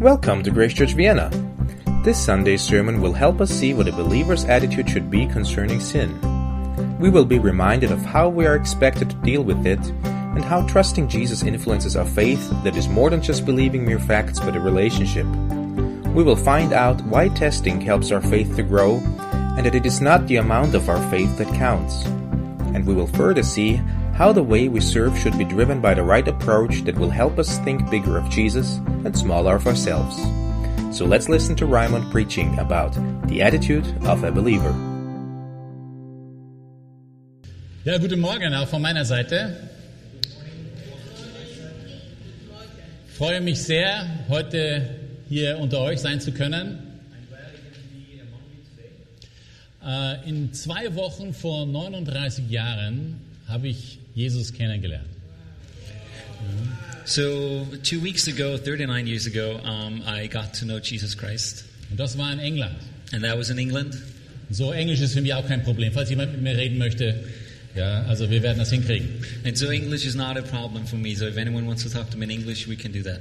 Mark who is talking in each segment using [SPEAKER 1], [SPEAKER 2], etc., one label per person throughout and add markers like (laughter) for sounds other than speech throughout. [SPEAKER 1] Welcome to Grace Church Vienna. This Sunday's sermon will help us see what a believer's attitude should be concerning sin. We will be reminded of how we are expected to deal with it and how trusting Jesus influences our faith that is more than just believing mere facts but a relationship. We will find out why testing helps our faith to grow and that it is not the amount of our faith that counts. And we will further see how the way we serve should be driven by the right approach that will help us think bigger of Jesus and smaller of ourselves. So let's listen to Raymond preaching about the attitude of a believer.
[SPEAKER 2] Ja, guten Morgen auch von meiner Seite. Ich freue mich sehr, heute hier unter euch sein zu können. Äh, In zwei Wochen vor 39 Jahren habe ich Jesus kennengelernt.
[SPEAKER 3] So, two weeks ago, 39 years ago, um, I got to know Jesus Christ,
[SPEAKER 2] Und das war in England.
[SPEAKER 3] and that was in England.
[SPEAKER 2] So, Englisch ist für mich auch kein Problem. Falls jemand mit mir reden möchte, ja, also wir werden das hinkriegen.
[SPEAKER 3] And so, English is not a problem for me. So, if anyone wants to talk to me in English, we can do that.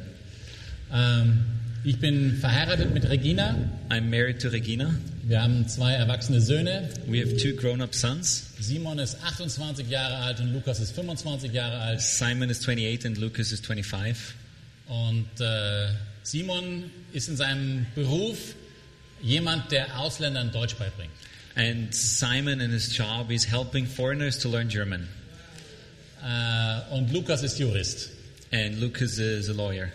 [SPEAKER 2] Ähm, ich bin verheiratet mit Regina.
[SPEAKER 3] I'm married to Regina.
[SPEAKER 2] Wir haben zwei erwachsene Söhne.
[SPEAKER 3] We have two grown up sons.
[SPEAKER 2] Simon ist 28 Jahre alt und Lukas ist 25 Jahre alt.
[SPEAKER 3] Simon is 28 and Lucas is 25.
[SPEAKER 2] Und äh, Simon ist in seinem Beruf jemand, der Ausländern Deutsch beibringt.
[SPEAKER 3] And Simon, in his job, is helping foreigners to learn German.
[SPEAKER 2] Äh, und Lukas ist Jurist.
[SPEAKER 3] And Lucas is a lawyer.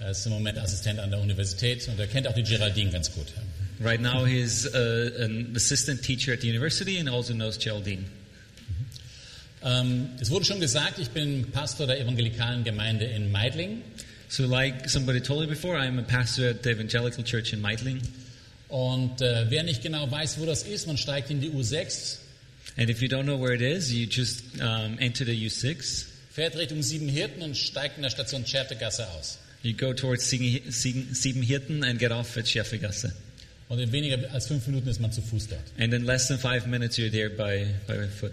[SPEAKER 2] Er ist im Moment Assistent an der Universität und er kennt auch die Geraldine ganz gut.
[SPEAKER 3] Right now, he's uh, an assistant teacher at the university and also knows Geraldine.
[SPEAKER 2] Ähm, es wurde schon gesagt, ich bin Pastor der evangelikalen Gemeinde in Meidling.
[SPEAKER 3] So, like somebody told you before, I'm a pastor at the Evangelical Church in Meidling.
[SPEAKER 2] Und äh, wer nicht genau weiß, wo das ist, man steigt in die U6,
[SPEAKER 3] And if you don't know where it is, you just um, enter the U6.
[SPEAKER 2] fährt Richtung Siebenhirten und steigt in der Station Schertegasse aus.
[SPEAKER 3] You go towards Siegen- Siegen- Siebenhirten and get off at Schäfergasse.
[SPEAKER 2] Und in weniger als fünf Minuten ist man zu Fuß dort.
[SPEAKER 3] And in less than five minutes, you're there by, by foot.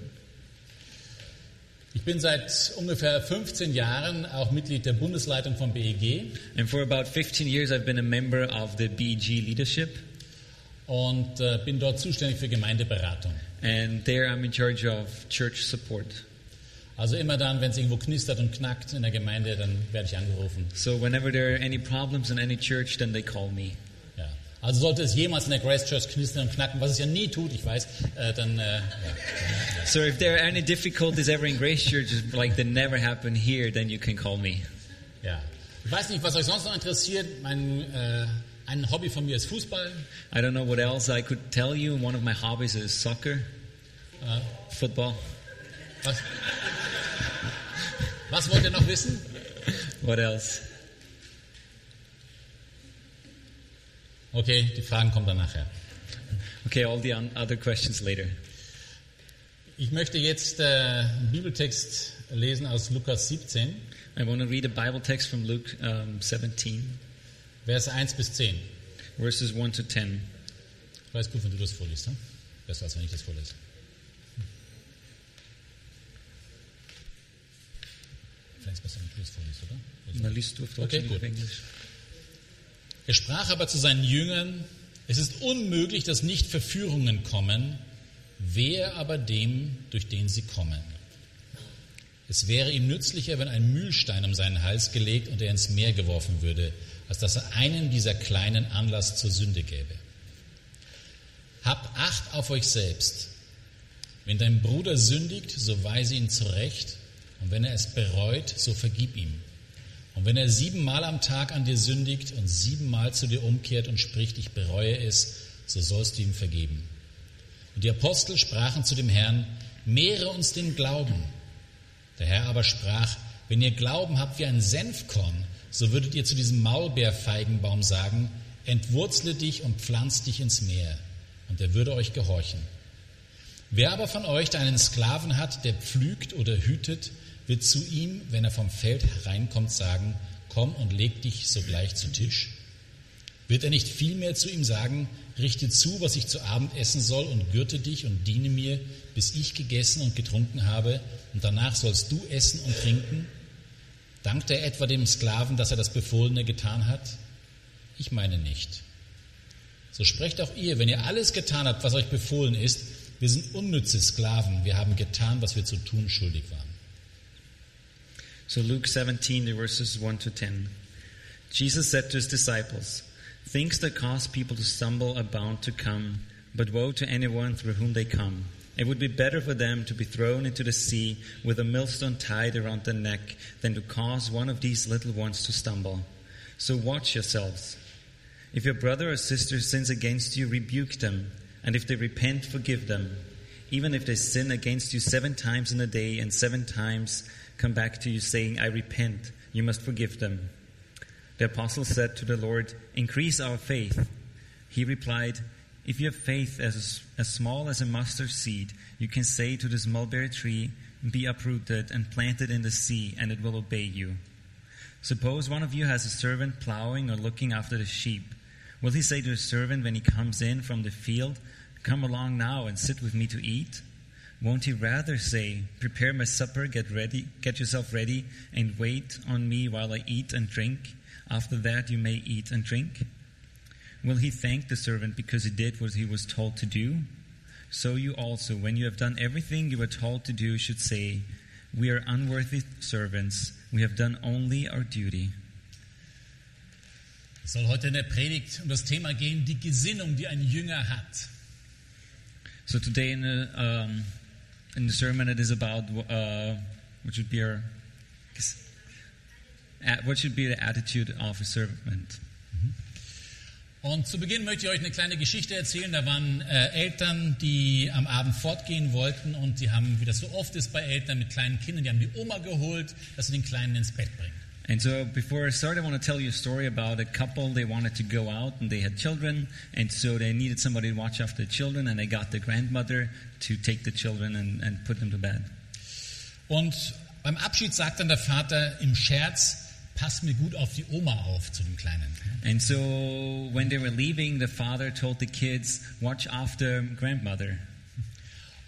[SPEAKER 2] Ich bin seit ungefähr 15 Jahren auch Mitglied der Bundesleitung E von BEG
[SPEAKER 3] And for about 15 years, I've been a member of the BG leadership.
[SPEAKER 2] und äh, bin dort zuständig für Gemeindeberatung.
[SPEAKER 3] And there, I'm in charge of church support.
[SPEAKER 2] Also immer dann, wenn es irgendwo knistert und knackt in der Gemeinde, dann werde ich angerufen.
[SPEAKER 3] So whenever there are any problems in any church, then they call me.
[SPEAKER 2] Ja. Also sollte es jemals in der Grace Church knistern und knacken, was es ja nie tut, ich weiß, äh, dann äh, ja.
[SPEAKER 3] So if there are any difficulties ever in Grace Church, just like they never happen here, then you can call me.
[SPEAKER 2] ja. Ich weiß nicht, was euch sonst noch interessiert. Mein äh, ein Hobby von mir ist Fußball.
[SPEAKER 3] I don't know what else I could tell you. One of my hobbies is soccer,
[SPEAKER 2] Äh,
[SPEAKER 3] football.
[SPEAKER 2] was, (laughs) was wollt ihr noch wissen?
[SPEAKER 3] What else?
[SPEAKER 2] Okay, die Fragen kommen dann nachher.
[SPEAKER 3] Okay, all the un- other questions later.
[SPEAKER 2] Ich möchte jetzt äh, einen Bibeltext lesen aus Lukas 17,
[SPEAKER 3] I want to read a Bible text from Luke um, 17,
[SPEAKER 2] Verse 1 bis 10. Ich
[SPEAKER 3] verses 1 to 10.
[SPEAKER 2] weiß gut, wenn du das vorliest. Ne? Besser, als wenn ich das vorlese. Hm. Vielleicht ist besser, wenn du das vorliest, oder?
[SPEAKER 3] Na, liest du auf Deutsch
[SPEAKER 2] Okay,
[SPEAKER 3] und auf
[SPEAKER 2] gut.
[SPEAKER 3] Englisch?
[SPEAKER 2] Er sprach aber zu seinen Jüngern, es ist unmöglich, dass nicht Verführungen kommen, wehe aber dem, durch den sie kommen. Es wäre ihm nützlicher, wenn ein Mühlstein um seinen Hals gelegt und er ins Meer geworfen würde, als dass er einen dieser kleinen Anlass zur Sünde gäbe. Habt Acht auf euch selbst. Wenn dein Bruder sündigt, so weise ihn zurecht, und wenn er es bereut, so vergib ihm. Und wenn er siebenmal am Tag an dir sündigt und siebenmal zu dir umkehrt und spricht, ich bereue es, so sollst du ihm vergeben. Und die Apostel sprachen zu dem Herrn, mehre uns den Glauben. Der Herr aber sprach, wenn ihr Glauben habt wie ein Senfkorn, so würdet ihr zu diesem Maulbeerfeigenbaum sagen, entwurzle dich und pflanz dich ins Meer, und er würde euch gehorchen. Wer aber von euch der einen Sklaven hat, der pflügt oder hütet, wird zu ihm, wenn er vom Feld hereinkommt, sagen, komm und leg dich sogleich zu Tisch? Wird er nicht vielmehr zu ihm sagen, richte zu, was ich zu Abend essen soll und gürte dich und diene mir, bis ich gegessen und getrunken habe, und danach sollst du essen und trinken? Dankt er etwa dem Sklaven, dass er das Befohlene getan hat? Ich meine nicht. So sprecht auch ihr, wenn ihr alles getan habt, was euch befohlen ist, wir sind unnütze Sklaven, wir haben getan, was wir zu tun schuldig waren.
[SPEAKER 3] So Luke 17, the verses 1 to 10. Jesus said to his disciples, Things that cause people to stumble are bound to come, but woe to anyone through whom they come. It would be better for them to be thrown into the sea with a millstone tied around their neck than to cause one of these little ones to stumble. So watch yourselves. If your brother or sister sins against you, rebuke them, and if they repent, forgive them. Even if they sin against you seven times in a day and seven times come back to you saying, I repent, you must forgive them. The apostle said to the Lord, Increase our faith. He replied, If you have faith as, as small as a mustard seed, you can say to this mulberry tree, Be uprooted and planted in the sea, and it will obey you. Suppose one of you has a servant plowing or looking after the sheep. Will he say to his servant when he comes in from the field, Come along now and sit with me to eat? Won't he rather say, Prepare my supper, get ready, get yourself ready, and wait on me while I eat and drink? After that, you may eat and drink. Will he thank the servant because he did what he was told to do? So you also, when you have done everything you were told to do, should say, We are unworthy servants. We have done only our duty.
[SPEAKER 2] Es soll heute in der Predigt um das Thema gehen, die Gesinnung, die ein Jünger hat.
[SPEAKER 3] So today in the, um, in the sermon, it is about uh, what should be our at- what should be the attitude of a servant.
[SPEAKER 2] Und zu Beginn möchte ich euch eine kleine Geschichte erzählen. Da waren äh, Eltern, die am Abend fortgehen wollten und die haben, wie das so oft ist bei Eltern mit kleinen Kindern, die haben die Oma geholt, dass sie den Kleinen ins Bett bringen.
[SPEAKER 3] And so, before I start, I want to tell you a story about a couple. They wanted to go out and they had children, and so they needed somebody to watch after the children, and they got the grandmother to take the children and, and put them to bed.
[SPEAKER 2] Und beim Abschied sagt dann der Vater im Scherz, pass mir gut auf die Oma auf zu dem Kleinen.
[SPEAKER 3] And so, when they were leaving, the father told the kids, Watch after grandmother.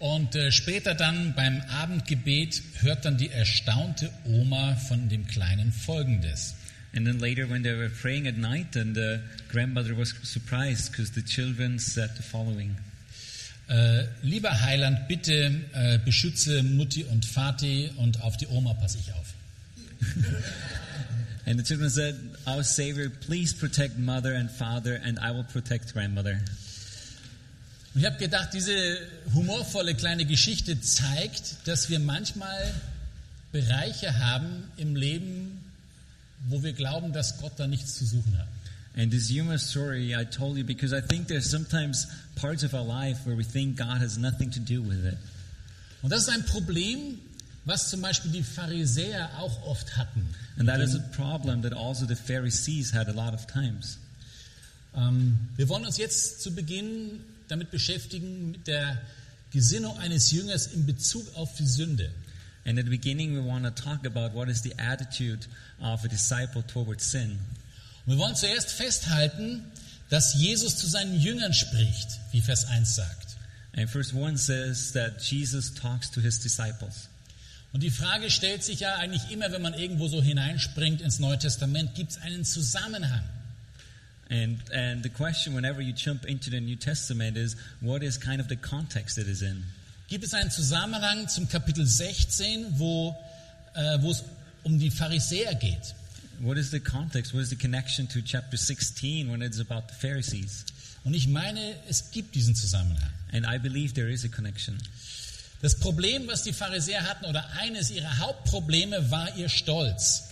[SPEAKER 2] Und äh, später dann beim Abendgebet hört dann die erstaunte Oma von dem Kleinen Folgendes.
[SPEAKER 3] And then later, when they were praying at night, and the grandmother was surprised because the children said the following.
[SPEAKER 2] Äh, lieber Heiland, bitte äh, beschütze Mutti und Vati und auf die Oma passe ich auf.
[SPEAKER 3] And the children said, Our Savior, please protect mother and father, and I will protect grandmother.
[SPEAKER 2] Und ich habe gedacht, diese humorvolle kleine Geschichte zeigt, dass wir manchmal Bereiche haben im Leben, wo wir glauben, dass Gott da nichts zu suchen hat.
[SPEAKER 3] And this humor story I told you because I think there's sometimes parts of our life where we think God has nothing to do with it.
[SPEAKER 2] Und das ist ein Problem, was zum Beispiel die Pharisäer auch oft hatten.
[SPEAKER 3] And that is a problem that also the Pharisees had a lot of times.
[SPEAKER 2] Ähm, wir wollen uns jetzt zu Beginn damit beschäftigen, mit der Gesinnung eines Jüngers in Bezug auf die Sünde.
[SPEAKER 3] And at the beginning, we want to talk about what is the attitude of a disciple towards sin.
[SPEAKER 2] Und wir wollen zuerst festhalten, dass Jesus zu seinen Jüngern spricht, wie Vers 1 sagt.
[SPEAKER 3] And verse 1 says that Jesus talks to his disciples.
[SPEAKER 2] Und die Frage stellt sich ja eigentlich immer, wenn man irgendwo so hineinspringt ins Neue Testament, gibt es einen Zusammenhang?
[SPEAKER 3] And, and the question, whenever you jump into the New Testament, is what is kind of the context it is in?
[SPEAKER 2] Gibt es einen Zusammenhang zum Kapitel 16, wo, äh, wo es um die Pharisäer geht?
[SPEAKER 3] What is the context? What is the connection to chapter 16 when it's about the Pharisees?
[SPEAKER 2] Und ich meine, es gibt diesen Zusammenhang.
[SPEAKER 3] And I believe there is a connection.
[SPEAKER 2] Das Problem, was die Pharisäer hatten, oder eines ihrer Hauptprobleme, war ihr Stolz.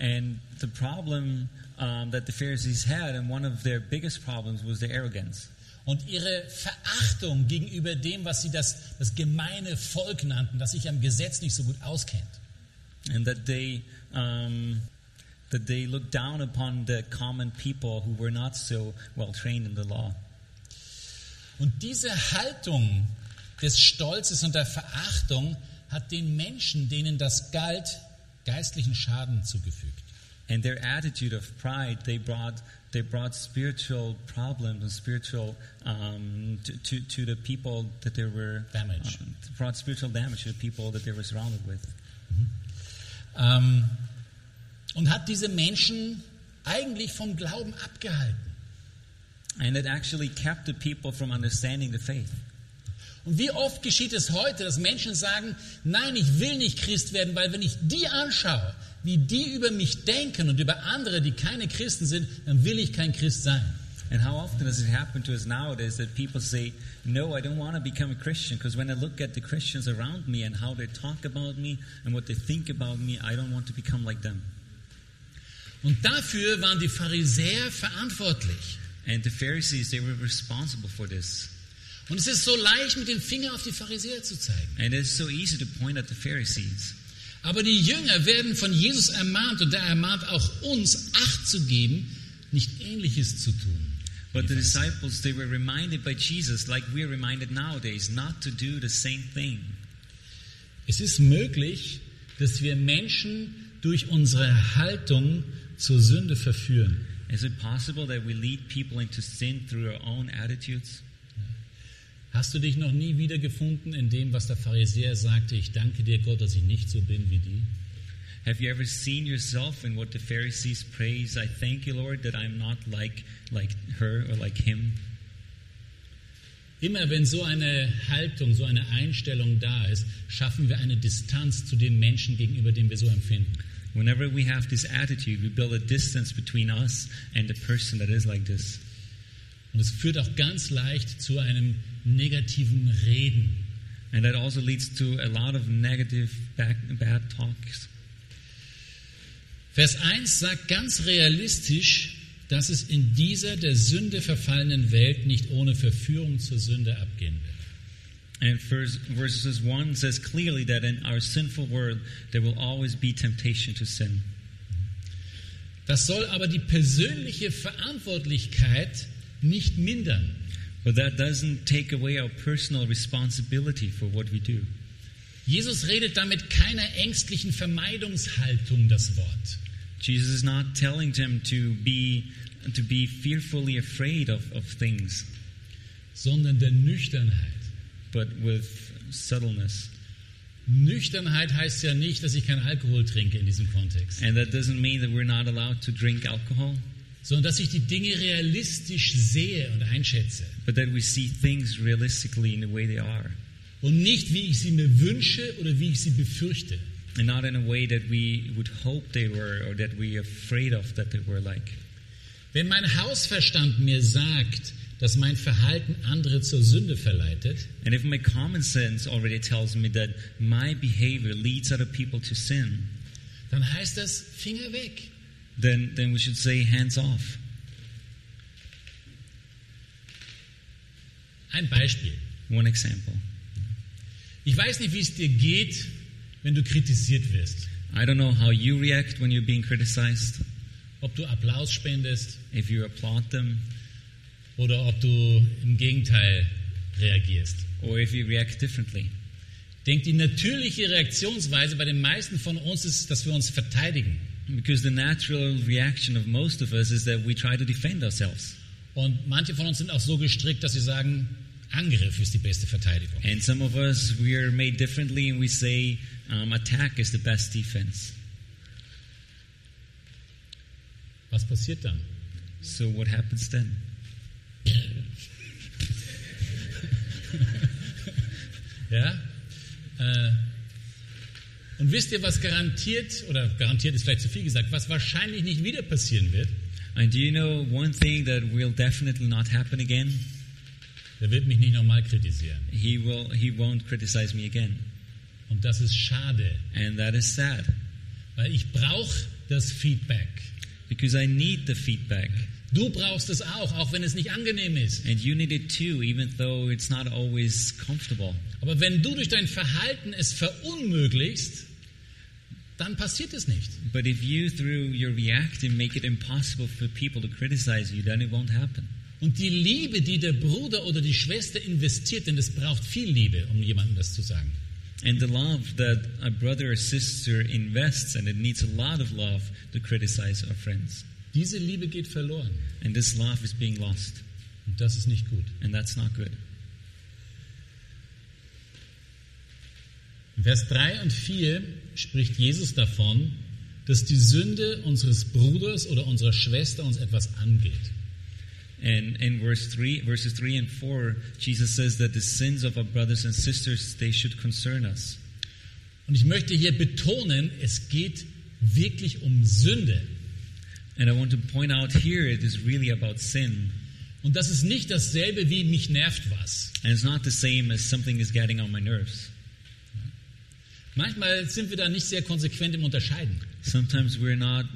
[SPEAKER 3] And the problem um, that the Pharisees had, and one of their biggest problems, was their arrogance
[SPEAKER 2] Und ihre Verachtung gegenüber dem, was sie das, das gemeine Volk nannten, das sich am Gesetz nicht so gut auskennt.
[SPEAKER 3] and that they um, that they looked down upon the common people who were not so well trained in the law.
[SPEAKER 2] Und diese Haltung des Stolzes und der Verachtung hat den Menschen, denen das galt, geistlichen Schaden zugefügt.
[SPEAKER 3] And their attitude of pride, they brought they brought spiritual problems and spiritual um, to, to to the people that they were
[SPEAKER 2] Damage.
[SPEAKER 3] um, brought spiritual damage to the people that they were surrounded with.
[SPEAKER 2] Ähm, und hat diese Menschen eigentlich vom Glauben abgehalten.
[SPEAKER 3] And it actually kept the people from understanding the faith.
[SPEAKER 2] Und wie oft geschieht es heute, dass Menschen sagen, nein, ich will nicht Christ werden, weil wenn ich die anschaue, wie die über mich denken und über andere, die keine Christen sind, dann will ich kein Christ sein.
[SPEAKER 3] And how often does it happen to us nowadays that people say, No, I don't want to become a Christian because when I look at the Christians around me and how they talk about me and what they think about me, I don't want to become like them.
[SPEAKER 2] Und dafür waren die Pharisäer verantwortlich.
[SPEAKER 3] And the Pharisees, they were responsible for this.
[SPEAKER 2] Und es ist so leicht, mit dem Finger auf die Pharisäer zu zeigen.
[SPEAKER 3] And it's so easy to point at the Pharisees.
[SPEAKER 2] Aber die Jünger werden von Jesus ermahnt und er ermahnt auch uns, Acht zu geben, nicht Ähnliches zu tun.
[SPEAKER 3] But the disciples, they were reminded by Jesus, like we're reminded nowadays, not to do the same thing.
[SPEAKER 2] Es ist möglich, dass wir Menschen durch unsere Haltung zur Sünde verführen.
[SPEAKER 3] Is it possible that we lead people into sin through our own attitudes?
[SPEAKER 2] Hast du dich noch nie wiedergefunden in dem, was der Pharisäer sagte, ich danke dir Gott, dass ich nicht so bin wie die?
[SPEAKER 3] Have you ever seen yourself in what the Pharisees praise? I thank you, Lord, that I'm not like like her or like him.
[SPEAKER 2] Immer wenn so eine Haltung, so eine Einstellung da ist, schaffen wir eine Distanz zu dem Menschen gegenüber, den wir so empfinden.
[SPEAKER 3] Whenever we have this attitude, we build a distance between us and the person that is like this.
[SPEAKER 2] Und es führt auch ganz leicht zu einem negativen Reden.
[SPEAKER 3] And that also leads to a lot of negative back, bad talks.
[SPEAKER 2] Vers 1 sagt ganz realistisch, dass es in dieser der Sünde verfallenen Welt nicht ohne Verführung zur Sünde abgehen wird.
[SPEAKER 3] And verse, verses 1 says clearly that in our sinful world, there will always be temptation to sin.
[SPEAKER 2] Das soll aber die persönliche Verantwortlichkeit nicht mindern.
[SPEAKER 3] But that doesn't take away our personal responsibility for what we do.
[SPEAKER 2] Jesus redet damit keiner ängstlichen Vermeidungshaltung das Wort.
[SPEAKER 3] Jesus is not telling them to be to be fearfully afraid of, of things,
[SPEAKER 2] sondern der Nüchternheit.
[SPEAKER 3] but with subtleness.
[SPEAKER 2] Nüchternheit heißt ja nicht, dass ich keinen Alkohol trinke in diesem Kontext,
[SPEAKER 3] And that doesn't mean that we're not allowed to drink alcohol,
[SPEAKER 2] sondern dass ich die Dinge realistisch sehe und einschätze
[SPEAKER 3] but that we see things realistically in the way they are,
[SPEAKER 2] und nicht, wie ich sie mir wünsche oder wie ich sie befürchte.
[SPEAKER 3] and not in a way that we would hope they were or that we are afraid of that they were like.
[SPEAKER 2] Wenn mein Hausverstand mir sagt, dass mein Verhalten andere zur Sünde verleitet,
[SPEAKER 3] And if my common sense already tells me that my behavior leads other people to sin,
[SPEAKER 2] dann heißt das Finger weg.
[SPEAKER 3] then, then we should say hands off.
[SPEAKER 2] Ein Beispiel.
[SPEAKER 3] One example.
[SPEAKER 2] Ich weiß nicht, wie es dir geht, wenn du kritisiert wirst.
[SPEAKER 3] I don't know how you react when you're being criticized,
[SPEAKER 2] Ob du Applaus spendest
[SPEAKER 3] if you applaud them,
[SPEAKER 2] oder ob du im Gegenteil reagierst.
[SPEAKER 3] or if you react differently.
[SPEAKER 2] Denkt die natürliche Reaktionsweise bei den meisten von uns ist, dass wir uns verteidigen.
[SPEAKER 3] Because the natural reaction of most of us is that we try to defend ourselves.
[SPEAKER 2] Und manche von uns sind auch so gestrickt, dass sie sagen, Angriff ist die beste Verteidigung.
[SPEAKER 3] And some of us, we are made differently and we say um, attack is the best defense.
[SPEAKER 2] Was passiert dann?
[SPEAKER 3] So what happens then?
[SPEAKER 2] Ja? Äh, und wisst ihr, was garantiert, oder garantiert ist vielleicht zu viel gesagt, was wahrscheinlich nicht wieder passieren wird?
[SPEAKER 3] And do you know one thing that will definitely not happen again?
[SPEAKER 2] Der wird mich nicht nochmal kritisieren.
[SPEAKER 3] He will. He won't criticize me again,
[SPEAKER 2] Und das ist schade,
[SPEAKER 3] and that is sad
[SPEAKER 2] weil ich brauche das Feedback.
[SPEAKER 3] because I need the feedback,
[SPEAKER 2] Du brauchst es auch, auch wenn es nicht angenehm ist.
[SPEAKER 3] and you need it too, even though it's not always comfortable.
[SPEAKER 2] Aber wenn du durch dein Verhalten es verunmöglichst, dann passiert es nicht.
[SPEAKER 3] But if you, through your reacting, make it impossible for people to criticize you, then it won't happen.
[SPEAKER 2] Und die Liebe, die der Bruder oder die Schwester investiert, denn es braucht viel Liebe, um jemandem das zu sagen,
[SPEAKER 3] And the love that a brother or sister invests, and it needs a lot of love to criticize our friends.
[SPEAKER 2] diese Liebe geht verloren.
[SPEAKER 3] And this love is being lost,
[SPEAKER 2] Und das ist nicht gut.
[SPEAKER 3] and that's not good.
[SPEAKER 2] In Vers 3 und 4 spricht Jesus davon, dass die Sünde unseres Bruders oder unserer Schwester uns etwas angeht.
[SPEAKER 3] And in verse 3, verses 3 and 4, Jesus says that the sins of our brothers and sisters, they should concern us.
[SPEAKER 2] Und ich möchte hier betonen, es geht wirklich um Sünde.
[SPEAKER 3] And I want to point out here it is really about sin.
[SPEAKER 2] Und das ist nicht dasselbe wie mich nervt was.
[SPEAKER 3] And it's not the same as something is getting on my nerves.
[SPEAKER 2] Manchmal sind wir da nicht sehr konsequent im Unterscheiden.
[SPEAKER 3] Sometimes we're not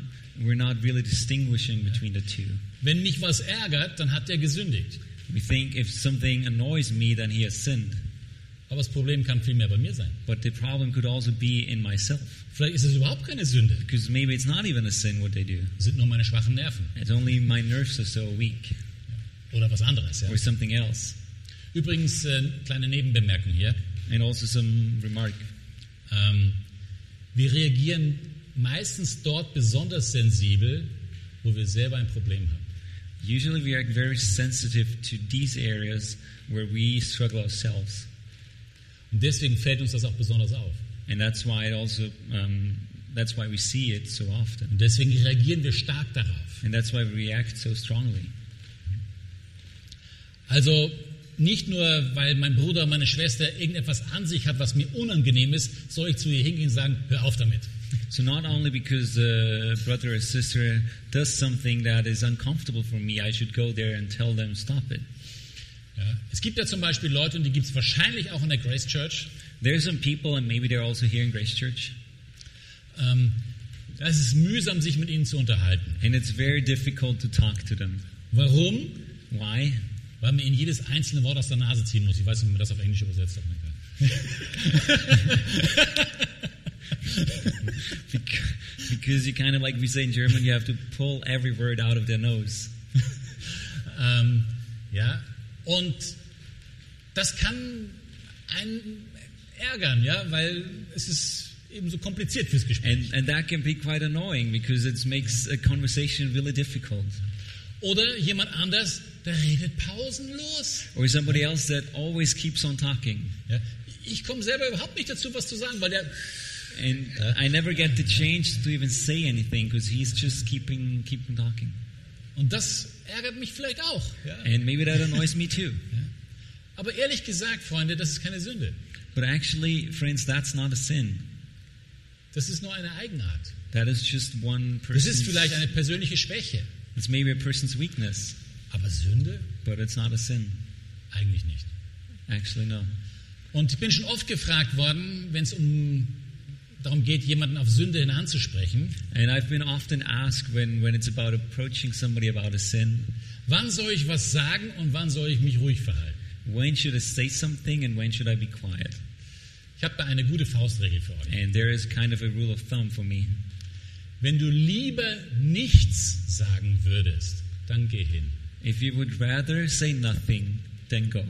[SPEAKER 3] we're not really distinguishing between the two.
[SPEAKER 2] Wenn mich was ärgert, dann hat der gesündigt.
[SPEAKER 3] We think if something annoys me then he has sinned.
[SPEAKER 2] Aber das Problem kann vielmehr bei mir sein.
[SPEAKER 3] But the problem could also be in myself.
[SPEAKER 2] Vielleicht ist es überhaupt keine Sünde.
[SPEAKER 3] Because maybe it's not even a sin what they do.
[SPEAKER 2] Es sind nur meine schwachen Nerven
[SPEAKER 3] It's only my nerves are so weak
[SPEAKER 2] oder was anderes. Ja.
[SPEAKER 3] or something else.
[SPEAKER 2] Übrigens, äh, kleine Nebenbemerkung hier.
[SPEAKER 3] And also some remark.
[SPEAKER 2] Ähm, wir reagieren meistens dort besonders sensibel, wo wir selber ein Problem haben.
[SPEAKER 3] Usually we are very sensitive to these areas where we struggle ourselves.
[SPEAKER 2] Und deswegen fällt uns das auch besonders auf.
[SPEAKER 3] And that's why it also um, that's why we see it so often.
[SPEAKER 2] Und deswegen reagieren wir stark darauf.
[SPEAKER 3] And that's why we react so strongly.
[SPEAKER 2] Also nicht nur, weil mein Bruder, meine Schwester irgendetwas an sich hat, was mir unangenehm ist, soll ich zu ihr hingehen und sagen, hör auf damit.
[SPEAKER 3] So not only because a brother or sister does something that is uncomfortable for me, I should go there and tell them stop it.
[SPEAKER 2] Ja. Es gibt ja zum Beispiel Leute, und die gibt es wahrscheinlich auch in der Grace Church,
[SPEAKER 3] There are some people, and maybe they're also here in Grace Church,
[SPEAKER 2] ähm, es ist mühsam, sich mit ihnen zu unterhalten.
[SPEAKER 3] and it's very difficult to talk to them.
[SPEAKER 2] Warum?
[SPEAKER 3] Why?
[SPEAKER 2] Weil man ihnen jedes einzelne Wort aus der Nase ziehen muss. Ich weiß nicht, wie man das auf Englisch übersetzt hat. aber egal.
[SPEAKER 3] Bec- Because you kind of like we say in German, you have to pull every word out of their nose.
[SPEAKER 2] Ähm, ja, und das kann einen ärgern, ja, weil es ist eben so kompliziert fürs Gespräch.
[SPEAKER 3] And, and that can be quite annoying because it makes a conversation really difficult.
[SPEAKER 2] Oder jemand anders, der redet pausenlos.
[SPEAKER 3] Or somebody else that always keeps on talking.
[SPEAKER 2] Ja. Ich komme selber überhaupt nicht dazu, was zu sagen, weil der
[SPEAKER 3] And I never get the chance to even say anything because he's just keeping, keeping talking.
[SPEAKER 2] und das ärgert mich vielleicht auch. Ja.
[SPEAKER 3] And maybe that annoys me too.
[SPEAKER 2] Aber ehrlich gesagt, Freunde, das ist keine Sünde.
[SPEAKER 3] But actually, friends, that's not a sin.
[SPEAKER 2] Das ist nur eine Eigenart.
[SPEAKER 3] That is just one
[SPEAKER 2] Das ist vielleicht
[SPEAKER 3] person's.
[SPEAKER 2] eine persönliche Schwäche.
[SPEAKER 3] It's maybe a person's weakness,
[SPEAKER 2] Aber Sünde?
[SPEAKER 3] but it's not a sin.
[SPEAKER 2] Eigentlich nicht.
[SPEAKER 3] Actually, no.
[SPEAKER 2] Und ich bin schon oft gefragt worden, wenn es um darum geht, jemanden auf Sünde hin anzusprechen,
[SPEAKER 3] And I've been often asked when, when it's about approaching somebody about a sin,
[SPEAKER 2] wann soll ich was sagen und wann soll ich mich ruhig verhalten?
[SPEAKER 3] when should I say something and when should I be quiet?
[SPEAKER 2] Ich habe da eine gute Faustregel für euch.
[SPEAKER 3] And there is kind of a rule of thumb for me.
[SPEAKER 2] Wenn du lieber nichts sagen würdest, dann geh hin.
[SPEAKER 3] If you would rather say nothing, then go.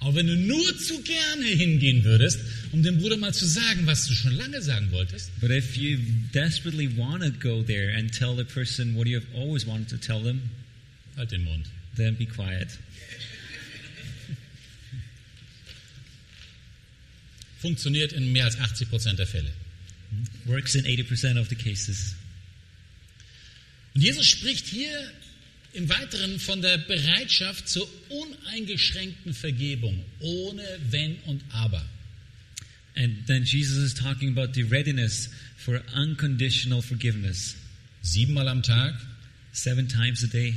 [SPEAKER 2] Aber wenn du nur zu gerne hingehen würdest, um dem Bruder mal zu sagen, was du schon lange sagen wolltest,
[SPEAKER 3] But if you desperately want to go there and tell the person what you have always wanted to tell them,
[SPEAKER 2] halt den Mund.
[SPEAKER 3] then be quiet.
[SPEAKER 2] Funktioniert in mehr als 80 Prozent der Fälle.
[SPEAKER 3] Works in 80% of the cases.
[SPEAKER 2] Und Jesus spricht hier im Weiteren von der Bereitschaft zur uneingeschränkten Vergebung, ohne Wenn und Aber.
[SPEAKER 3] And then Jesus is talking about the readiness for unconditional forgiveness.
[SPEAKER 2] Siebenmal am Tag,
[SPEAKER 3] Seven times a day,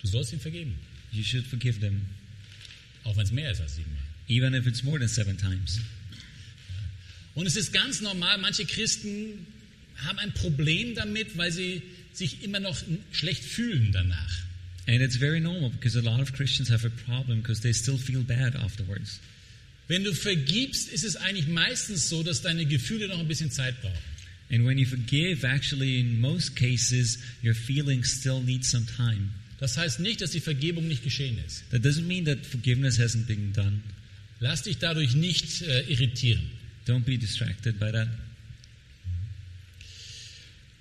[SPEAKER 2] du sollst ihm vergeben,
[SPEAKER 3] you should forgive them,
[SPEAKER 2] auch wenn es mehr ist als siebenmal.
[SPEAKER 3] even if it's more than seven times.
[SPEAKER 2] Und es ist ganz normal, manche Christen haben ein Problem damit, weil sie sich immer noch schlecht fühlen danach.
[SPEAKER 3] And it's very normal because a lot of Christians have a problem because they still feel bad afterwards.
[SPEAKER 2] Wenn du vergibst, ist es eigentlich meistens so, dass deine Gefühle noch ein bisschen Zeit brauchen.
[SPEAKER 3] And when you forgive, actually, in most cases, your feelings still need some time.
[SPEAKER 2] Das heißt nicht, dass die Vergebung nicht geschehen ist.
[SPEAKER 3] That doesn't mean that forgiveness hasn't been done.
[SPEAKER 2] Lass dich dadurch nicht äh, irritieren.
[SPEAKER 3] Don't be distracted by that.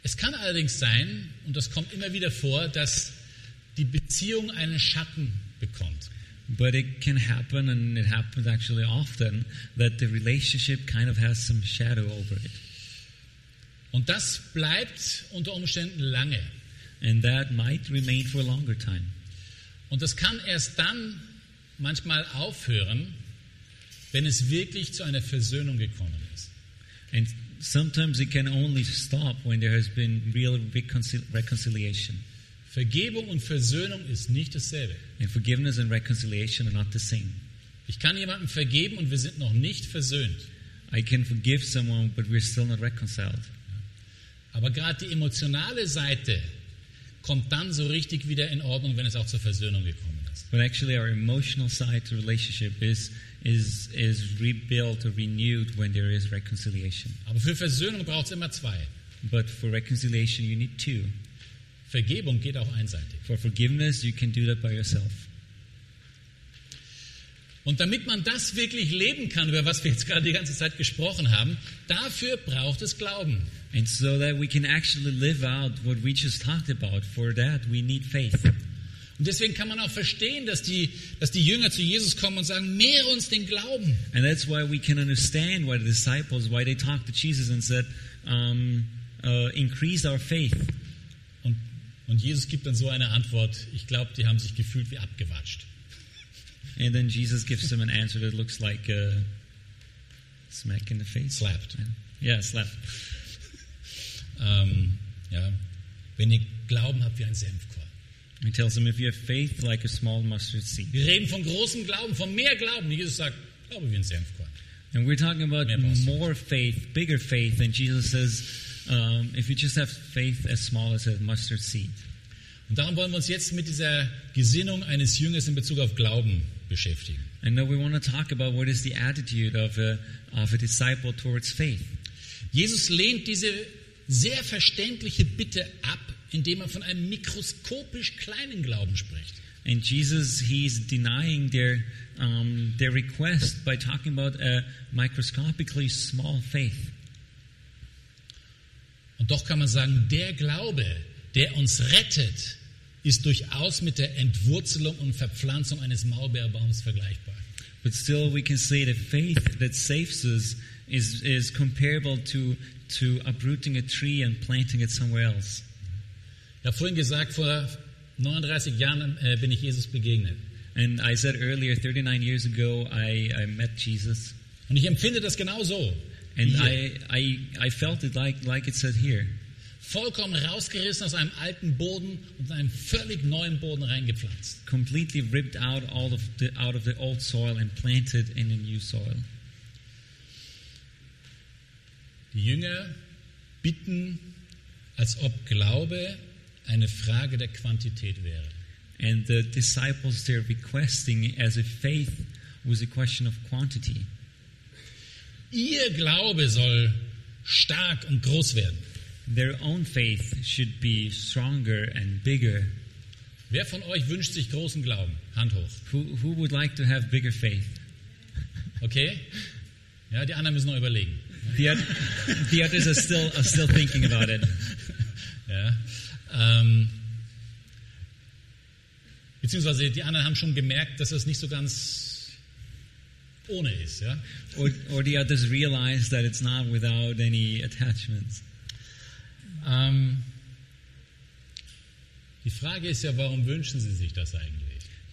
[SPEAKER 2] Es kann allerdings sein, und das kommt immer wieder vor, dass die Beziehung einen Schatten bekommt.
[SPEAKER 3] But it can happen, and it happens actually often, that the relationship kind of has some shadow over it.
[SPEAKER 2] Und das bleibt unter Umständen lange.
[SPEAKER 3] and that might remain for a longer time.
[SPEAKER 2] Und das kann erst dann manchmal aufhören, wenn es wirklich zu einer Versöhnung gekommen ist.
[SPEAKER 3] And sometimes it can only stop when there has been real reconcil- reconciliation.
[SPEAKER 2] Vergebung und Versöhnung ist nicht dasselbe.
[SPEAKER 3] And forgiveness and reconciliation are not the same.
[SPEAKER 2] Ich kann jemandem vergeben und wir sind noch nicht versöhnt.
[SPEAKER 3] I can forgive someone, but we're still not reconciled.
[SPEAKER 2] Aber gerade die emotionale Seite kommt dann so richtig wieder in Ordnung, wenn es auch zur Versöhnung gekommen ist.
[SPEAKER 3] But actually, our emotional side to relationship is is is rebuilt or renewed when there is reconciliation.
[SPEAKER 2] Aber für Versöhnung braucht es immer zwei.
[SPEAKER 3] But for reconciliation, you need two.
[SPEAKER 2] Vergebung geht auch einseitig.
[SPEAKER 3] For forgiveness, you can do that by yourself.
[SPEAKER 2] Und damit man das wirklich leben kann, über was wir jetzt gerade die ganze Zeit gesprochen haben, dafür braucht es Glauben.
[SPEAKER 3] And so that we can actually live out what we just talked about, for that we need faith.
[SPEAKER 2] Und deswegen kann man auch verstehen, dass die, dass die Jünger zu Jesus kommen und sagen, mehre uns den Glauben.
[SPEAKER 3] And that's why we can understand why the disciples, why they talked to Jesus and said, um, uh, increase our faith.
[SPEAKER 2] Und, und Jesus gibt dann so eine Antwort, ich glaube, die haben sich gefühlt wie abgewatscht.
[SPEAKER 3] And then Jesus gives them an answer that looks like a smack in the face.
[SPEAKER 2] Slapped.
[SPEAKER 3] Yeah, slap.
[SPEAKER 2] Ähm, ja, wenn ihr Glauben habt wie ein Senfkorn.
[SPEAKER 3] He tells them, if you have faith like a small mustard seed.
[SPEAKER 2] Wir reden von großem Glauben, von mehr Glauben. Jesus sagt, glaube wie ein Senfkorn.
[SPEAKER 3] And we're talking about
[SPEAKER 2] Yeah, boss.
[SPEAKER 3] more faith, bigger faith. And Jesus says, um, if you just have faith as small as a mustard seed.
[SPEAKER 2] Und darum wollen wir uns jetzt mit dieser Gesinnung eines Jüngers in Bezug auf Glauben beschäftigen.
[SPEAKER 3] And now we want to talk about what is the attitude of a, of a disciple towards faith.
[SPEAKER 2] Jesus lehnt diese sehr verständliche Bitte ab, indem er von einem mikroskopisch kleinen Glauben spricht.
[SPEAKER 3] And Jesus, he's denying their, um, their request by talking about a microscopically small faith.
[SPEAKER 2] Und doch kann man sagen, der Glaube, der uns rettet, ist durchaus mit der Entwurzelung und Verpflanzung eines Maulbeerbaums vergleichbar.
[SPEAKER 3] But still, we can say that faith that saves us is, is comparable to, to uprooting a tree and planting it somewhere else.
[SPEAKER 2] Ich habe vorhin gesagt, vor 39 Jahren äh, bin ich Jesus begegnet.
[SPEAKER 3] And I said earlier, 39 years ago, I, I met Jesus.
[SPEAKER 2] Und ich empfinde das genau so.
[SPEAKER 3] And
[SPEAKER 2] Hier.
[SPEAKER 3] I, I, I felt it like, like it said here.
[SPEAKER 2] vollkommen rausgerissen aus einem alten Boden und in einen völlig neuen Boden reingepflanzt.
[SPEAKER 3] Completely ripped out all of the, out of the old soil and planted in a new soil.
[SPEAKER 2] Die Jünger bitten, als ob Glaube eine Frage der Quantität wäre.
[SPEAKER 3] And the disciples, they're requesting as if faith was a question of quantity.
[SPEAKER 2] Ihr Glaube soll stark und groß werden.
[SPEAKER 3] Their own faith should be stronger and bigger.
[SPEAKER 2] Wer von euch wünscht sich großen Glauben? Hand hoch.
[SPEAKER 3] Who, who would like to have bigger faith?
[SPEAKER 2] Okay? Ja, die anderen müssen noch überlegen.
[SPEAKER 3] The, oth- (laughs) the others are still, are still thinking about it.
[SPEAKER 2] Ja. Ähm, beziehungsweise die anderen haben schon gemerkt, dass das nicht so ganz ohne ist. Ja?
[SPEAKER 3] Or, or the others realize that it's not without any attachments.
[SPEAKER 2] Ähm, die Frage ist ja, warum wünschen Sie sich das eigentlich?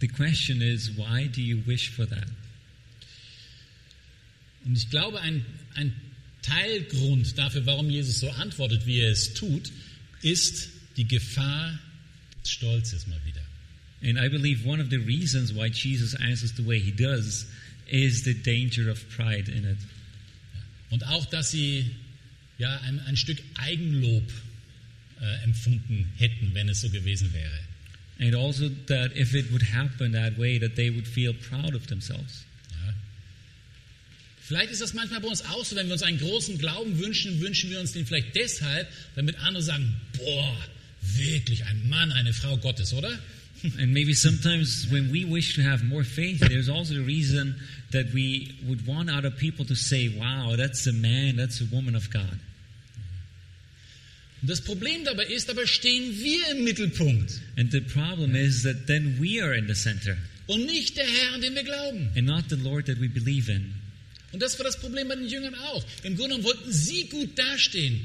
[SPEAKER 3] The question is, why do you wish for that?
[SPEAKER 2] Und ich glaube, ein, ein Teilgrund dafür, warum Jesus so antwortet, wie er es tut, ist die Gefahr des Stolzes mal wieder.
[SPEAKER 3] And I believe one of the reasons why Jesus answers the way he does is the danger of pride in it.
[SPEAKER 2] Und auch, dass sie ja, ein, ein Stück Eigenlob äh, empfunden hätten, wenn es so gewesen wäre.
[SPEAKER 3] And also that if it would happen that way, that they would feel proud of themselves.
[SPEAKER 2] Ja. Vielleicht ist das manchmal bei uns auch so, wenn wir uns einen großen Glauben wünschen, wünschen wir uns den vielleicht deshalb, damit andere sagen, boah, wirklich ein Mann, eine Frau Gottes, oder?
[SPEAKER 3] And maybe sometimes when we wish to have more faith, there's also the reason that we would want other people to say, wow, that's a man, that's a woman of God.
[SPEAKER 2] Und das Problem dabei ist, dabei stehen wir im Mittelpunkt
[SPEAKER 3] And the problem is that then we are in the center
[SPEAKER 2] und nicht der Herr, an den wir glauben.
[SPEAKER 3] and not the Lord that we believe in.
[SPEAKER 2] Und das war das Problem bei den Jüngern auch. Im Grunde genommen wollten sie gut dastehen,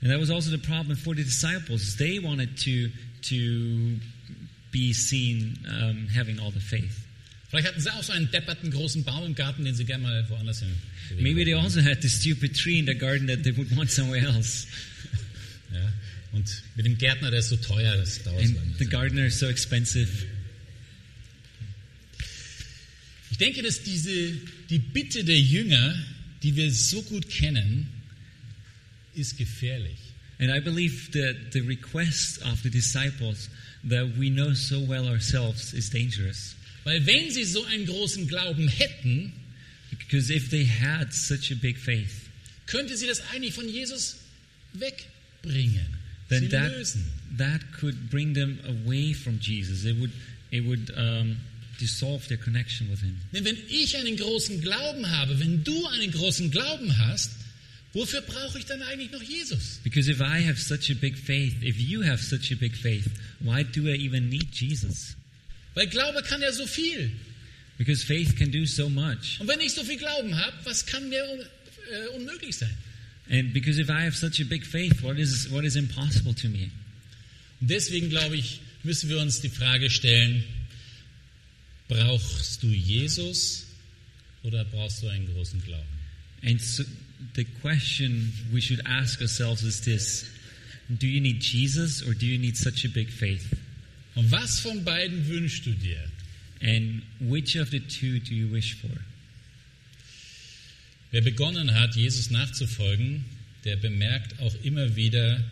[SPEAKER 3] And that was also the problem for the disciples. They wanted to, to be seen um, having all the faith.
[SPEAKER 2] Vielleicht hatten sie auch so einen depperten großen Baum im Garten, den sie gerne mal woanders hin. bewegen
[SPEAKER 3] Maybe they
[SPEAKER 2] wollten.
[SPEAKER 3] also had this stupid tree in the garden that they would want somewhere else.
[SPEAKER 2] Ja. Und mit dem Gärtner, der ist so teuer, das dauert so
[SPEAKER 3] And
[SPEAKER 2] lange.
[SPEAKER 3] the gardener is so expensive.
[SPEAKER 2] Ich denke, dass diese, die Bitte der Jünger, die wir so gut kennen, ist gefährlich.
[SPEAKER 3] And I believe that the request of the disciples that we know so well ourselves is dangerous.
[SPEAKER 2] Weil wenn sie so einen großen Glauben hätten,
[SPEAKER 3] Because if they had such a big faith,
[SPEAKER 2] könnte sie das eigentlich von Jesus wegbringen,
[SPEAKER 3] then
[SPEAKER 2] sie
[SPEAKER 3] that,
[SPEAKER 2] lösen.
[SPEAKER 3] that could bring them away from Jesus. It would, it would um, dissolve their connection with him.
[SPEAKER 2] Denn wenn ich einen großen Glauben habe, wenn du einen großen Glauben hast, wofür brauche ich dann eigentlich noch Jesus?
[SPEAKER 3] Because if I have such a big faith, if you have such a big faith, why do I even need Jesus?
[SPEAKER 2] Weil Glaube kann ja so viel.
[SPEAKER 3] Because faith can do so much.
[SPEAKER 2] Und wenn ich so viel Glauben habe, was kann mir un äh, unmöglich sein?
[SPEAKER 3] And because if I have such a big faith, what is, what is impossible to me?
[SPEAKER 2] Und deswegen, glaube ich, müssen wir uns die Frage stellen, brauchst du Jesus oder brauchst du einen großen Glauben?
[SPEAKER 3] And so the question we should ask ourselves is this Do you need Jesus or do you need such a big faith?
[SPEAKER 2] Und was von beiden wünschst du dir?
[SPEAKER 3] And which of the two do you wish for?
[SPEAKER 2] Wer begonnen hat, Jesus nachzufolgen, der bemerkt auch immer wieder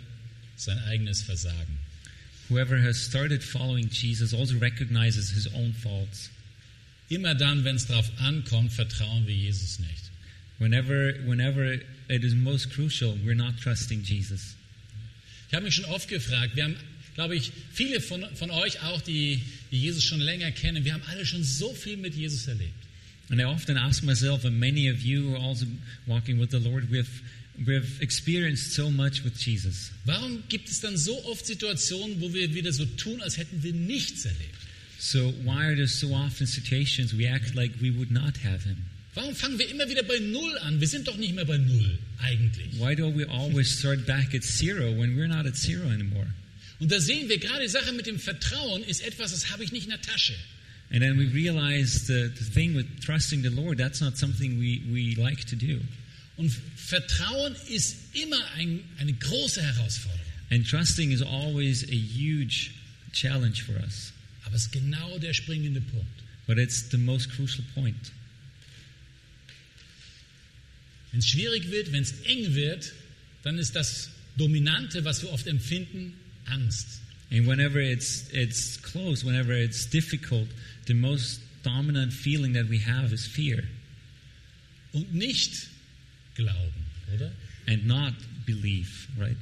[SPEAKER 2] sein eigenes Versagen.
[SPEAKER 3] Whoever has started following Jesus also recognizes his own faults.
[SPEAKER 2] Immer dann, wenn es darauf ankommt, vertrauen wir Jesus nicht.
[SPEAKER 3] Whenever, whenever it is most crucial, we're not trusting Jesus.
[SPEAKER 2] Ich habe mich schon oft gefragt, wir haben, glaube ich, viele von, von euch auch, die, die Jesus schon länger kennen, wir haben alle schon so viel mit Jesus erlebt.
[SPEAKER 3] And I often ask myself, and many of you who are also walking with the Lord, we've, we've experienced so much with Jesus.
[SPEAKER 2] Warum gibt es dann so oft Situationen, wo wir wieder so tun, als hätten wir nichts erlebt?
[SPEAKER 3] So why are there so often situations we act like we would not have him?
[SPEAKER 2] Warum fangen wir immer wieder bei Null an? Wir sind doch nicht mehr bei Null eigentlich.
[SPEAKER 3] Why do we always start back at zero when we're not at zero anymore?
[SPEAKER 2] Und da sehen wir gerade die Sache mit dem Vertrauen ist etwas, das habe ich nicht in der Tasche.
[SPEAKER 3] And then we realize the, the thing with trusting the Lord, that's not something we, we like to do.
[SPEAKER 2] Und Vertrauen ist immer ein, eine große Herausforderung.
[SPEAKER 3] And trusting is always a huge challenge for us.
[SPEAKER 2] Aber es ist genau der springende Punkt.
[SPEAKER 3] But it's the most crucial point.
[SPEAKER 2] Wenn es schwierig wird, wenn es eng wird, dann ist das Dominante, was wir oft empfinden, Angst.
[SPEAKER 3] And whenever it's, it's close, whenever it's difficult, the most dominant feeling that we have is fear
[SPEAKER 2] Und nicht Glauben, oder?
[SPEAKER 3] and not belief, right?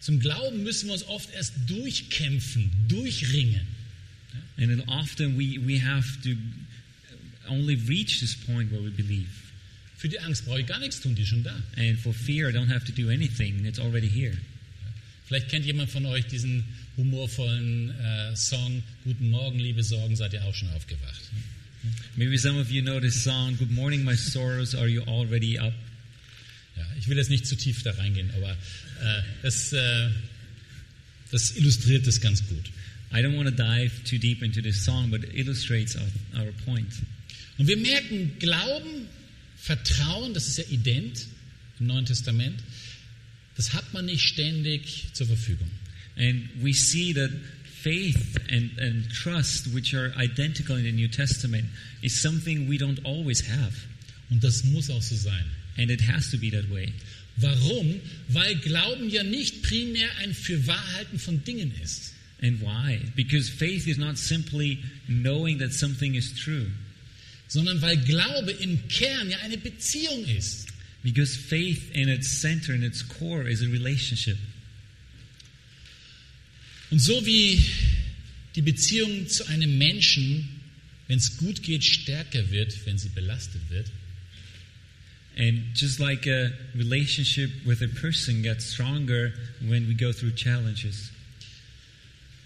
[SPEAKER 2] Zum Glauben müssen wir uns oft erst durchkämpfen, durchringen.
[SPEAKER 3] And then often we, we have to only reach this point where we believe.
[SPEAKER 2] Für die Angst brauche ich gar nichts tun, die ist schon da.
[SPEAKER 3] And for fear, I don't have to do anything, it's already here.
[SPEAKER 2] Vielleicht kennt jemand von euch diesen humorvollen äh, Song Guten Morgen, liebe Sorgen, seid ihr auch schon aufgewacht.
[SPEAKER 3] Maybe some of you know this song, Good Morning, My Sorrows, Are You Already Up?
[SPEAKER 2] Ja, ich will jetzt nicht zu tief da reingehen, aber äh, das, äh, das illustriert das ganz gut.
[SPEAKER 3] I don't want to dive too deep into this song, but it illustrates our, our point.
[SPEAKER 2] Und wir merken, Glauben, Vertrauen, das ist ja ident im Neuen Testament, das hat man nicht ständig zur Verfügung.
[SPEAKER 3] And we see that faith and, and trust, which are identical in the New Testament, is something we don't always have.
[SPEAKER 2] Und das muss auch so sein.
[SPEAKER 3] And it has to be that way.
[SPEAKER 2] Warum? Weil Glauben ja nicht primär ein Fürwahrhalten von Dingen ist.
[SPEAKER 3] And why? Because faith is not simply knowing that something is true,
[SPEAKER 2] sondern weil Glaube im Kern ja eine Beziehung ist.
[SPEAKER 3] because faith in its center, in its core, is a relationship.
[SPEAKER 2] Und so wie die Beziehung zu einem Menschen, wenn es gut geht, stärker wird, wenn sie belastet wird,
[SPEAKER 3] And just like a relationship with a person gets stronger when we go through challenges,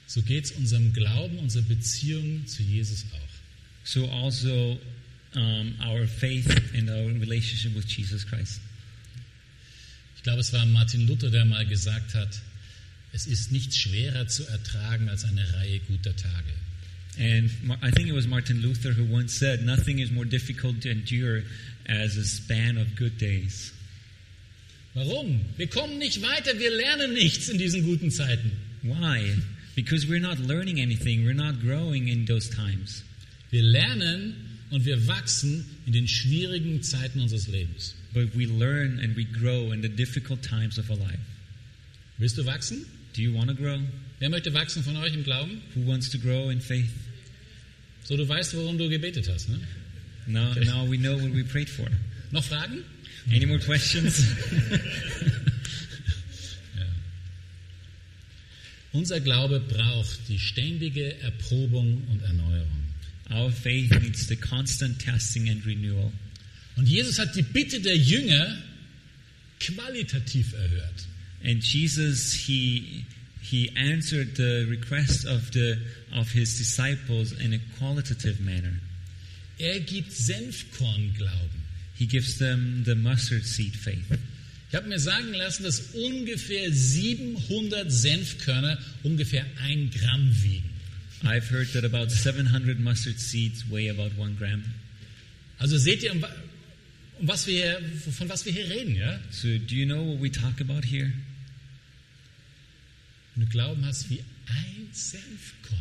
[SPEAKER 2] so geht es unserem Glauben, unserer Beziehung zu Jesus auch.
[SPEAKER 3] so also um, our faith and our relationship with Jesus Christ.
[SPEAKER 2] Ich Ich glaube, es war Martin Luther, der mal gesagt hat, es ist nicht schwerer zu ertragen als eine Reihe guter Tage.
[SPEAKER 3] And Mar- I think it was Martin Luther who once said, Nothing is more difficult to endure as a span of good days.
[SPEAKER 2] Warum? Wir kommen nicht weiter, wir lernen nichts in diesen guten Zeiten.
[SPEAKER 3] Why? Because we're not learning anything, we're not growing in those times.
[SPEAKER 2] Wir lernen und wir wachsen in den schwierigen Zeiten unseres Lebens.
[SPEAKER 3] But we learn and we grow in the difficult times of our life.
[SPEAKER 2] Willst du wachsen?
[SPEAKER 3] Do you want to grow?
[SPEAKER 2] Wer möchte wachsen von euch im Glauben?
[SPEAKER 3] Who wants to grow in faith?
[SPEAKER 2] So, du weißt, worum du gebetet hast. Ne?
[SPEAKER 3] Now, Uh, now we know what we prayed for.
[SPEAKER 2] Noch Fragen?
[SPEAKER 3] Any more questions? (laughs)
[SPEAKER 2] Unser Glaube braucht die ständige Erprobung und Erneuerung.
[SPEAKER 3] Our faith needs the constant testing and renewal.
[SPEAKER 2] Und Jesus hat die Bitte der Jünger qualitativ erhört.
[SPEAKER 3] And Jesus, he he answered the request of the of his disciples in a qualitative manner.
[SPEAKER 2] Er gibt Senfkornglauben.
[SPEAKER 3] He gives them the mustard seed faith.
[SPEAKER 2] Ich habe mir sagen lassen, dass ungefähr 700 Senfkörner ungefähr ein Gramm wiegen.
[SPEAKER 3] I've heard that about 700 mustard seeds weigh about one gram.
[SPEAKER 2] Also seht ihr, um, wa- um was wir, hier- von was wir hier reden, ja?
[SPEAKER 3] So, do you know what we talk about here?
[SPEAKER 2] Wenn du Glauben hast wie ein Senfkorn,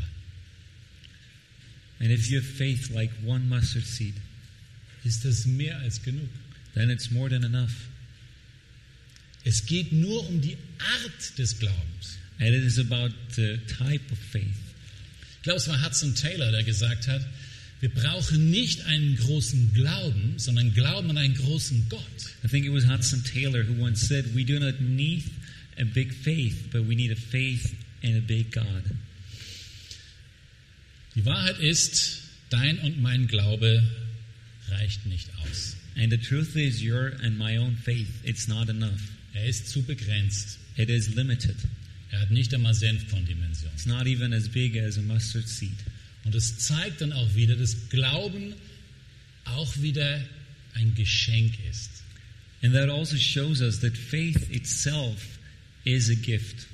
[SPEAKER 3] And if you have faith like one mustard seed,
[SPEAKER 2] ist das mehr als genug.
[SPEAKER 3] then it's more than enough.
[SPEAKER 2] Es geht nur um die Art des Glaubens.
[SPEAKER 3] And it is about the type of faith.
[SPEAKER 2] Ich glaube, es war Hudson Taylor, der gesagt hat, wir brauchen nicht einen großen Glauben, sondern Glauben an einen großen Gott.
[SPEAKER 3] I think it was Hudson Taylor who once said, "We do not need a big faith, but we need a faith in a big God."
[SPEAKER 2] Die Wahrheit ist, dein und mein Glaube reicht nicht aus.
[SPEAKER 3] And the truth is, your and my own faith, it's not enough.
[SPEAKER 2] Er ist zu begrenzt.
[SPEAKER 3] It is limited.
[SPEAKER 2] Er hat nicht einmal Senfkorndimension.
[SPEAKER 3] It's not even as big as a mustard seed.
[SPEAKER 2] Und es zeigt dann auch wieder, dass Glauben auch wieder ein Geschenk ist.
[SPEAKER 3] And that also shows us that faith itself is a gift.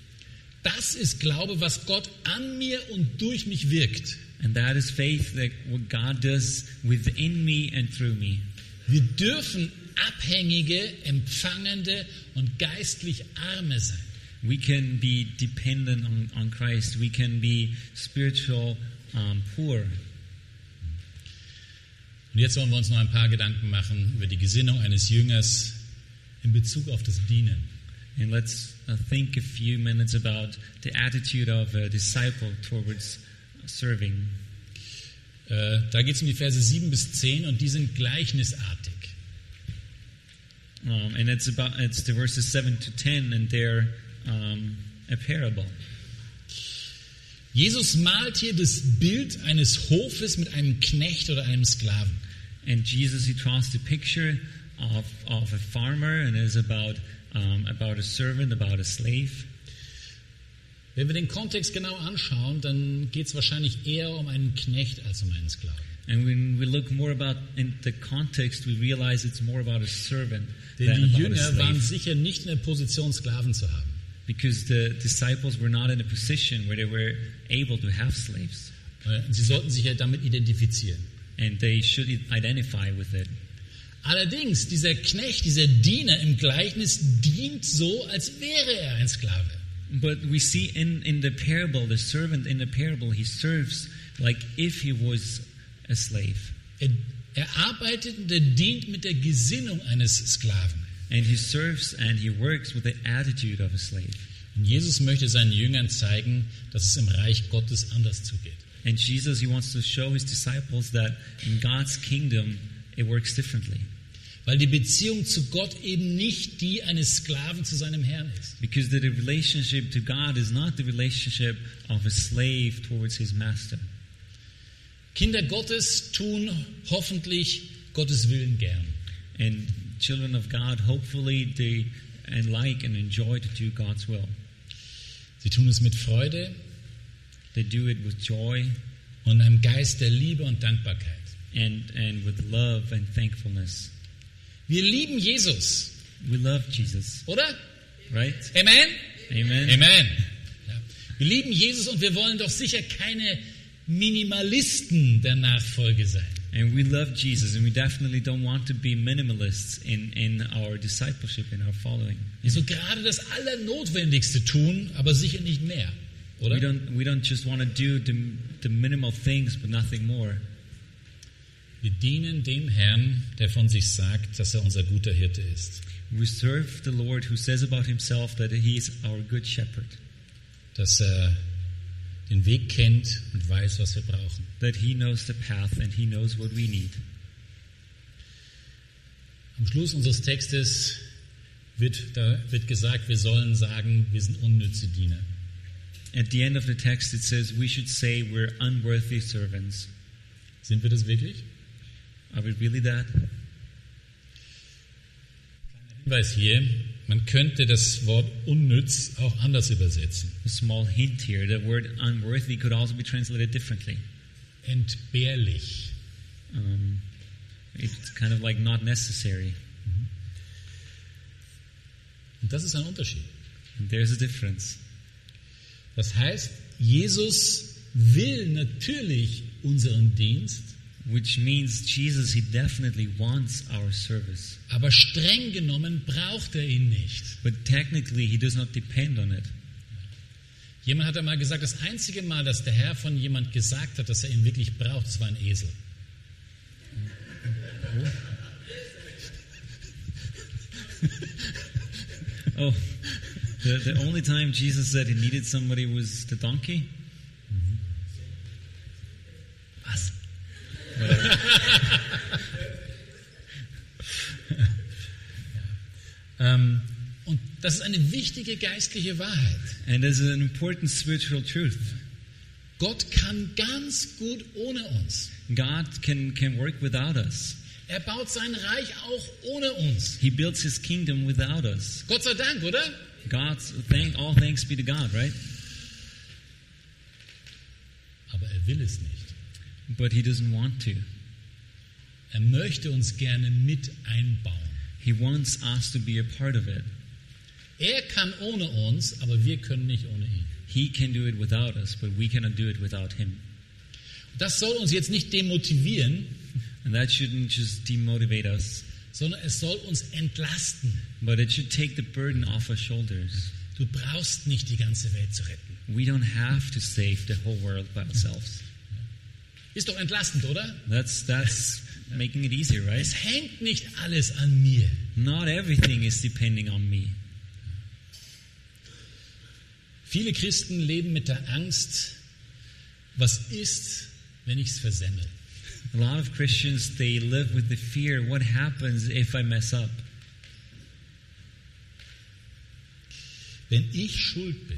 [SPEAKER 2] Das ist Glaube, was Gott an mir und durch mich wirkt.
[SPEAKER 3] And that is faith that what God does within me and through me.
[SPEAKER 2] Wir dürfen abhängige, empfangende und geistlich arme sein.
[SPEAKER 3] We can be dependent on, on Christ. We can be spiritual um, poor.
[SPEAKER 2] Und jetzt wollen wir uns noch ein paar Gedanken machen über die Gesinnung eines Jüngers in Bezug auf das Dienen.
[SPEAKER 3] And let's uh, think a few minutes about the attitude of a disciple towards serving.
[SPEAKER 2] Äh, da geht es um die Verse 7 bis 10 und die sind gleichnisartig.
[SPEAKER 3] Um, and it's about it's the verses seven to ten, and they're um, a parable.
[SPEAKER 2] Jesus malt hier das Bild eines Hofes mit einem Knecht oder einem Sklaven.
[SPEAKER 3] And Jesus he draws the picture of of a farmer, and is about um, about a servant, about a slave.
[SPEAKER 2] Wenn wir den Kontext genau anschauen, dann geht es wahrscheinlich eher um einen Knecht als um einen Sklaven.
[SPEAKER 3] And when we look more about in the context, we realize it's more about a servant
[SPEAKER 2] Denn die
[SPEAKER 3] than about a
[SPEAKER 2] Jünger waren
[SPEAKER 3] slave,
[SPEAKER 2] sicher nicht in der Position, Sklaven zu haben.
[SPEAKER 3] because the disciples were not in a position where they were able to have slaves,
[SPEAKER 2] Äh, Sie sollten sich ja damit identifizieren.
[SPEAKER 3] and they should identify with it.
[SPEAKER 2] Allerdings, dieser Knecht, dieser Diener im Gleichnis dient so, als wäre er ein Sklave.
[SPEAKER 3] But we see in, in the parable, the servant in the parable, he serves like if he was a slave.
[SPEAKER 2] Er, er arbeitet und er dient mit der Gesinnung eines Sklaven.
[SPEAKER 3] And he serves and he works with the attitude of a slave.
[SPEAKER 2] Und Jesus möchte seinen Jüngern zeigen, dass es im Reich Gottes anders zugeht.
[SPEAKER 3] And Jesus, he wants to show his disciples that in God's kingdom, it works differently.
[SPEAKER 2] Weil die Beziehung zu Gott eben nicht die eines Sklaven zu seinem Herrn ist.
[SPEAKER 3] Because the relationship to God is not the relationship of a slave towards his master.
[SPEAKER 2] Kinder Gottes tun hoffentlich Gottes Willen gern.
[SPEAKER 3] And children of God, hopefully, they and like and enjoy to do God's will.
[SPEAKER 2] Sie tun es mit Freude
[SPEAKER 3] They do it with joy
[SPEAKER 2] und einem Geist der Liebe und Dankbarkeit.
[SPEAKER 3] and, and with love and thankfulness.
[SPEAKER 2] Wir lieben Jesus.
[SPEAKER 3] We love Jesus,
[SPEAKER 2] Oder?
[SPEAKER 3] right?
[SPEAKER 2] Amen?
[SPEAKER 3] Amen.
[SPEAKER 2] Amen. Ja. Wir lieben Jesus und wir wollen doch sicher keine Minimalisten der Nachfolge sein.
[SPEAKER 3] And we love Jesus, and we definitely don't want to be minimalists in, in our discipleship, in our following.
[SPEAKER 2] Also gerade das Allernotwendigste tun, aber sicher nicht mehr.
[SPEAKER 3] We
[SPEAKER 2] Oder?
[SPEAKER 3] don't, we don't just want to do the, the minimal things, but nothing more.
[SPEAKER 2] Wir dienen dem Herrn, der von sich sagt, dass er unser guter Hirte ist.
[SPEAKER 3] We serve the Lord who says about himself that he is our good shepherd,
[SPEAKER 2] Dass er den Weg kennt und weiß, was wir brauchen.
[SPEAKER 3] that he knows the path and he knows what we need.
[SPEAKER 2] Am Schluss unseres Textes wird, da wird gesagt, wir sollen sagen, wir sind unnütze Diener.
[SPEAKER 3] At the end of the text, it says we should say we're unworthy servants.
[SPEAKER 2] Sind wir das wirklich?
[SPEAKER 3] Are we really that?
[SPEAKER 2] Hinweis hier, man könnte das Wort unnütz auch anders übersetzen.
[SPEAKER 3] A small hint here the word unworthy could also be translated differently.
[SPEAKER 2] Entbehrlich.
[SPEAKER 3] Um, it's kind of like not necessary.
[SPEAKER 2] Und das ist ein Unterschied.
[SPEAKER 3] And there's a difference.
[SPEAKER 2] Das heißt, Jesus will natürlich unseren Dienst,
[SPEAKER 3] Which means Jesus, he definitely wants our service.
[SPEAKER 2] aber streng genommen braucht er ihn nicht.
[SPEAKER 3] But technically, he does not depend on it.
[SPEAKER 2] Jemand hat einmal gesagt, das einzige Mal, dass der Herr von jemand gesagt hat, dass er ihn wirklich braucht, das war ein Esel.
[SPEAKER 3] Oh, the, the only time Jesus said he needed somebody was the donkey?
[SPEAKER 2] Was?
[SPEAKER 3] Um,
[SPEAKER 2] ähm, und das ist eine wichtige geistliche Wahrheit.
[SPEAKER 3] And there's an important spiritual truth.
[SPEAKER 2] Gott kann ganz gut ohne uns.
[SPEAKER 3] God can, can work without us.
[SPEAKER 2] Er baut sein Reich auch ohne uns.
[SPEAKER 3] He builds his kingdom without us.
[SPEAKER 2] Gott sei Dank, oder?
[SPEAKER 3] God, thank, all thanks be to God, right?
[SPEAKER 2] Aber er will es nicht.
[SPEAKER 3] But he doesn't want to.
[SPEAKER 2] Er möchte uns gerne mit einbauen.
[SPEAKER 3] He wants us to be a part of it.
[SPEAKER 2] Er kann ohne uns, aber wir können nicht ohne ihn.
[SPEAKER 3] He can do it without us, but we cannot do it without him.
[SPEAKER 2] Das soll uns jetzt nicht demotivieren,
[SPEAKER 3] And that shouldn't just demotivate us,
[SPEAKER 2] sondern es soll uns entlasten.
[SPEAKER 3] but it should take the burden off our shoulders.
[SPEAKER 2] Du brauchst nicht die ganze Welt zu retten.
[SPEAKER 3] We don't have to save the whole world by ourselves.
[SPEAKER 2] Ist doch entlastend, oder?
[SPEAKER 3] That's that's making it easier, right?
[SPEAKER 2] Es hängt nicht alles an mir.
[SPEAKER 3] Not everything is depending on me.
[SPEAKER 2] Viele Christen leben mit der Angst, was ist, wenn ich es versemmel?
[SPEAKER 3] A lot of Christians they live with the fear, what happens if I mess up?
[SPEAKER 2] Wenn ich schuld bin,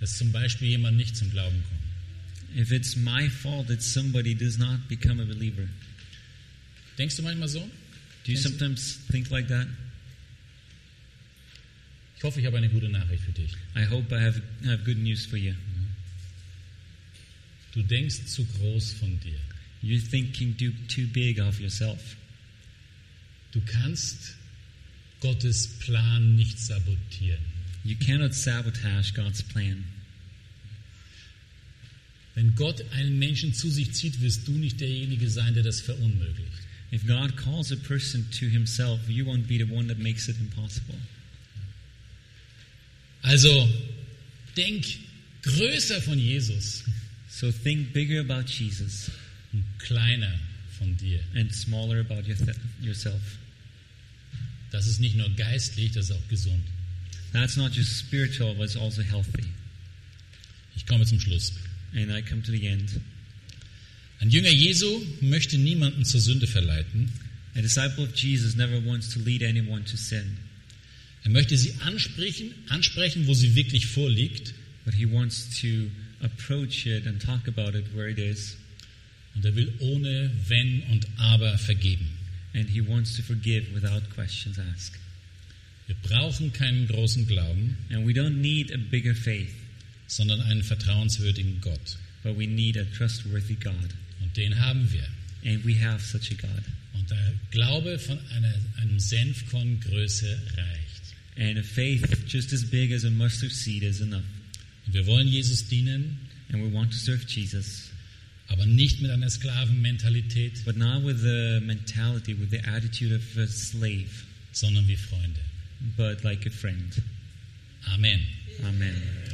[SPEAKER 2] dass zum Beispiel jemand nicht zum Glauben kommt,
[SPEAKER 3] If it's my fault that somebody does not become a believer.
[SPEAKER 2] denkst du manchmal so?
[SPEAKER 3] Do you sometimes think like that?
[SPEAKER 2] Ich hoffe, ich habe eine gute Nachricht für dich.
[SPEAKER 3] I hope I have I have good news for you.
[SPEAKER 2] Du denkst zu groß von dir.
[SPEAKER 3] You're thinking too, too big of yourself.
[SPEAKER 2] Du kannst Gottes Plan nicht sabotieren.
[SPEAKER 3] You cannot sabotage God's plan.
[SPEAKER 2] Wenn Gott einen Menschen zu sich zieht, wirst du nicht derjenige sein, der das verunmöglicht.
[SPEAKER 3] If God calls a person to himself, you won't be the one that makes it impossible.
[SPEAKER 2] Also denk größer von Jesus
[SPEAKER 3] So think bigger about Jesus
[SPEAKER 2] und kleiner von dir.
[SPEAKER 3] and smaller about your yourself.
[SPEAKER 2] Das ist nicht nur geistlich, das ist auch gesund.
[SPEAKER 3] That's not just spiritual, but it's also healthy.
[SPEAKER 2] Ich komme zum Schluss.
[SPEAKER 3] And I come to the end.
[SPEAKER 2] Ein Jünger Jesu möchte niemanden zur Sünde verleiten.
[SPEAKER 3] A disciple of Jesus never wants to lead anyone to sin,
[SPEAKER 2] Er möchte sie ansprechen, ansprechen, wo sie wirklich vorliegt.
[SPEAKER 3] but he wants to approach it and talk about it where it is,
[SPEAKER 2] Und er will ohne Wenn und Aber vergeben.
[SPEAKER 3] and he wants to forgive without questions asked.
[SPEAKER 2] Wir brauchen keinen großen Glauben,
[SPEAKER 3] And we don't need a bigger faith,
[SPEAKER 2] sondern einen vertrauenswürdigen Gott.
[SPEAKER 3] but we need a trustworthy God.
[SPEAKER 2] Und den haben wir.
[SPEAKER 3] And we have such a God.
[SPEAKER 2] Und Und der Glaube von einer, einem Senfkorn Größe reicht.
[SPEAKER 3] And a faith just as big as a mustard seed is enough.
[SPEAKER 2] Und wir wollen Jesus dienen,
[SPEAKER 3] And we want to serve Jesus,
[SPEAKER 2] aber nicht mit einer Sklavenmentalität,
[SPEAKER 3] but not with the mentality, with the attitude of a slave,
[SPEAKER 2] sondern wie Freunde.
[SPEAKER 3] but like a friend.
[SPEAKER 2] Amen.
[SPEAKER 3] Amen.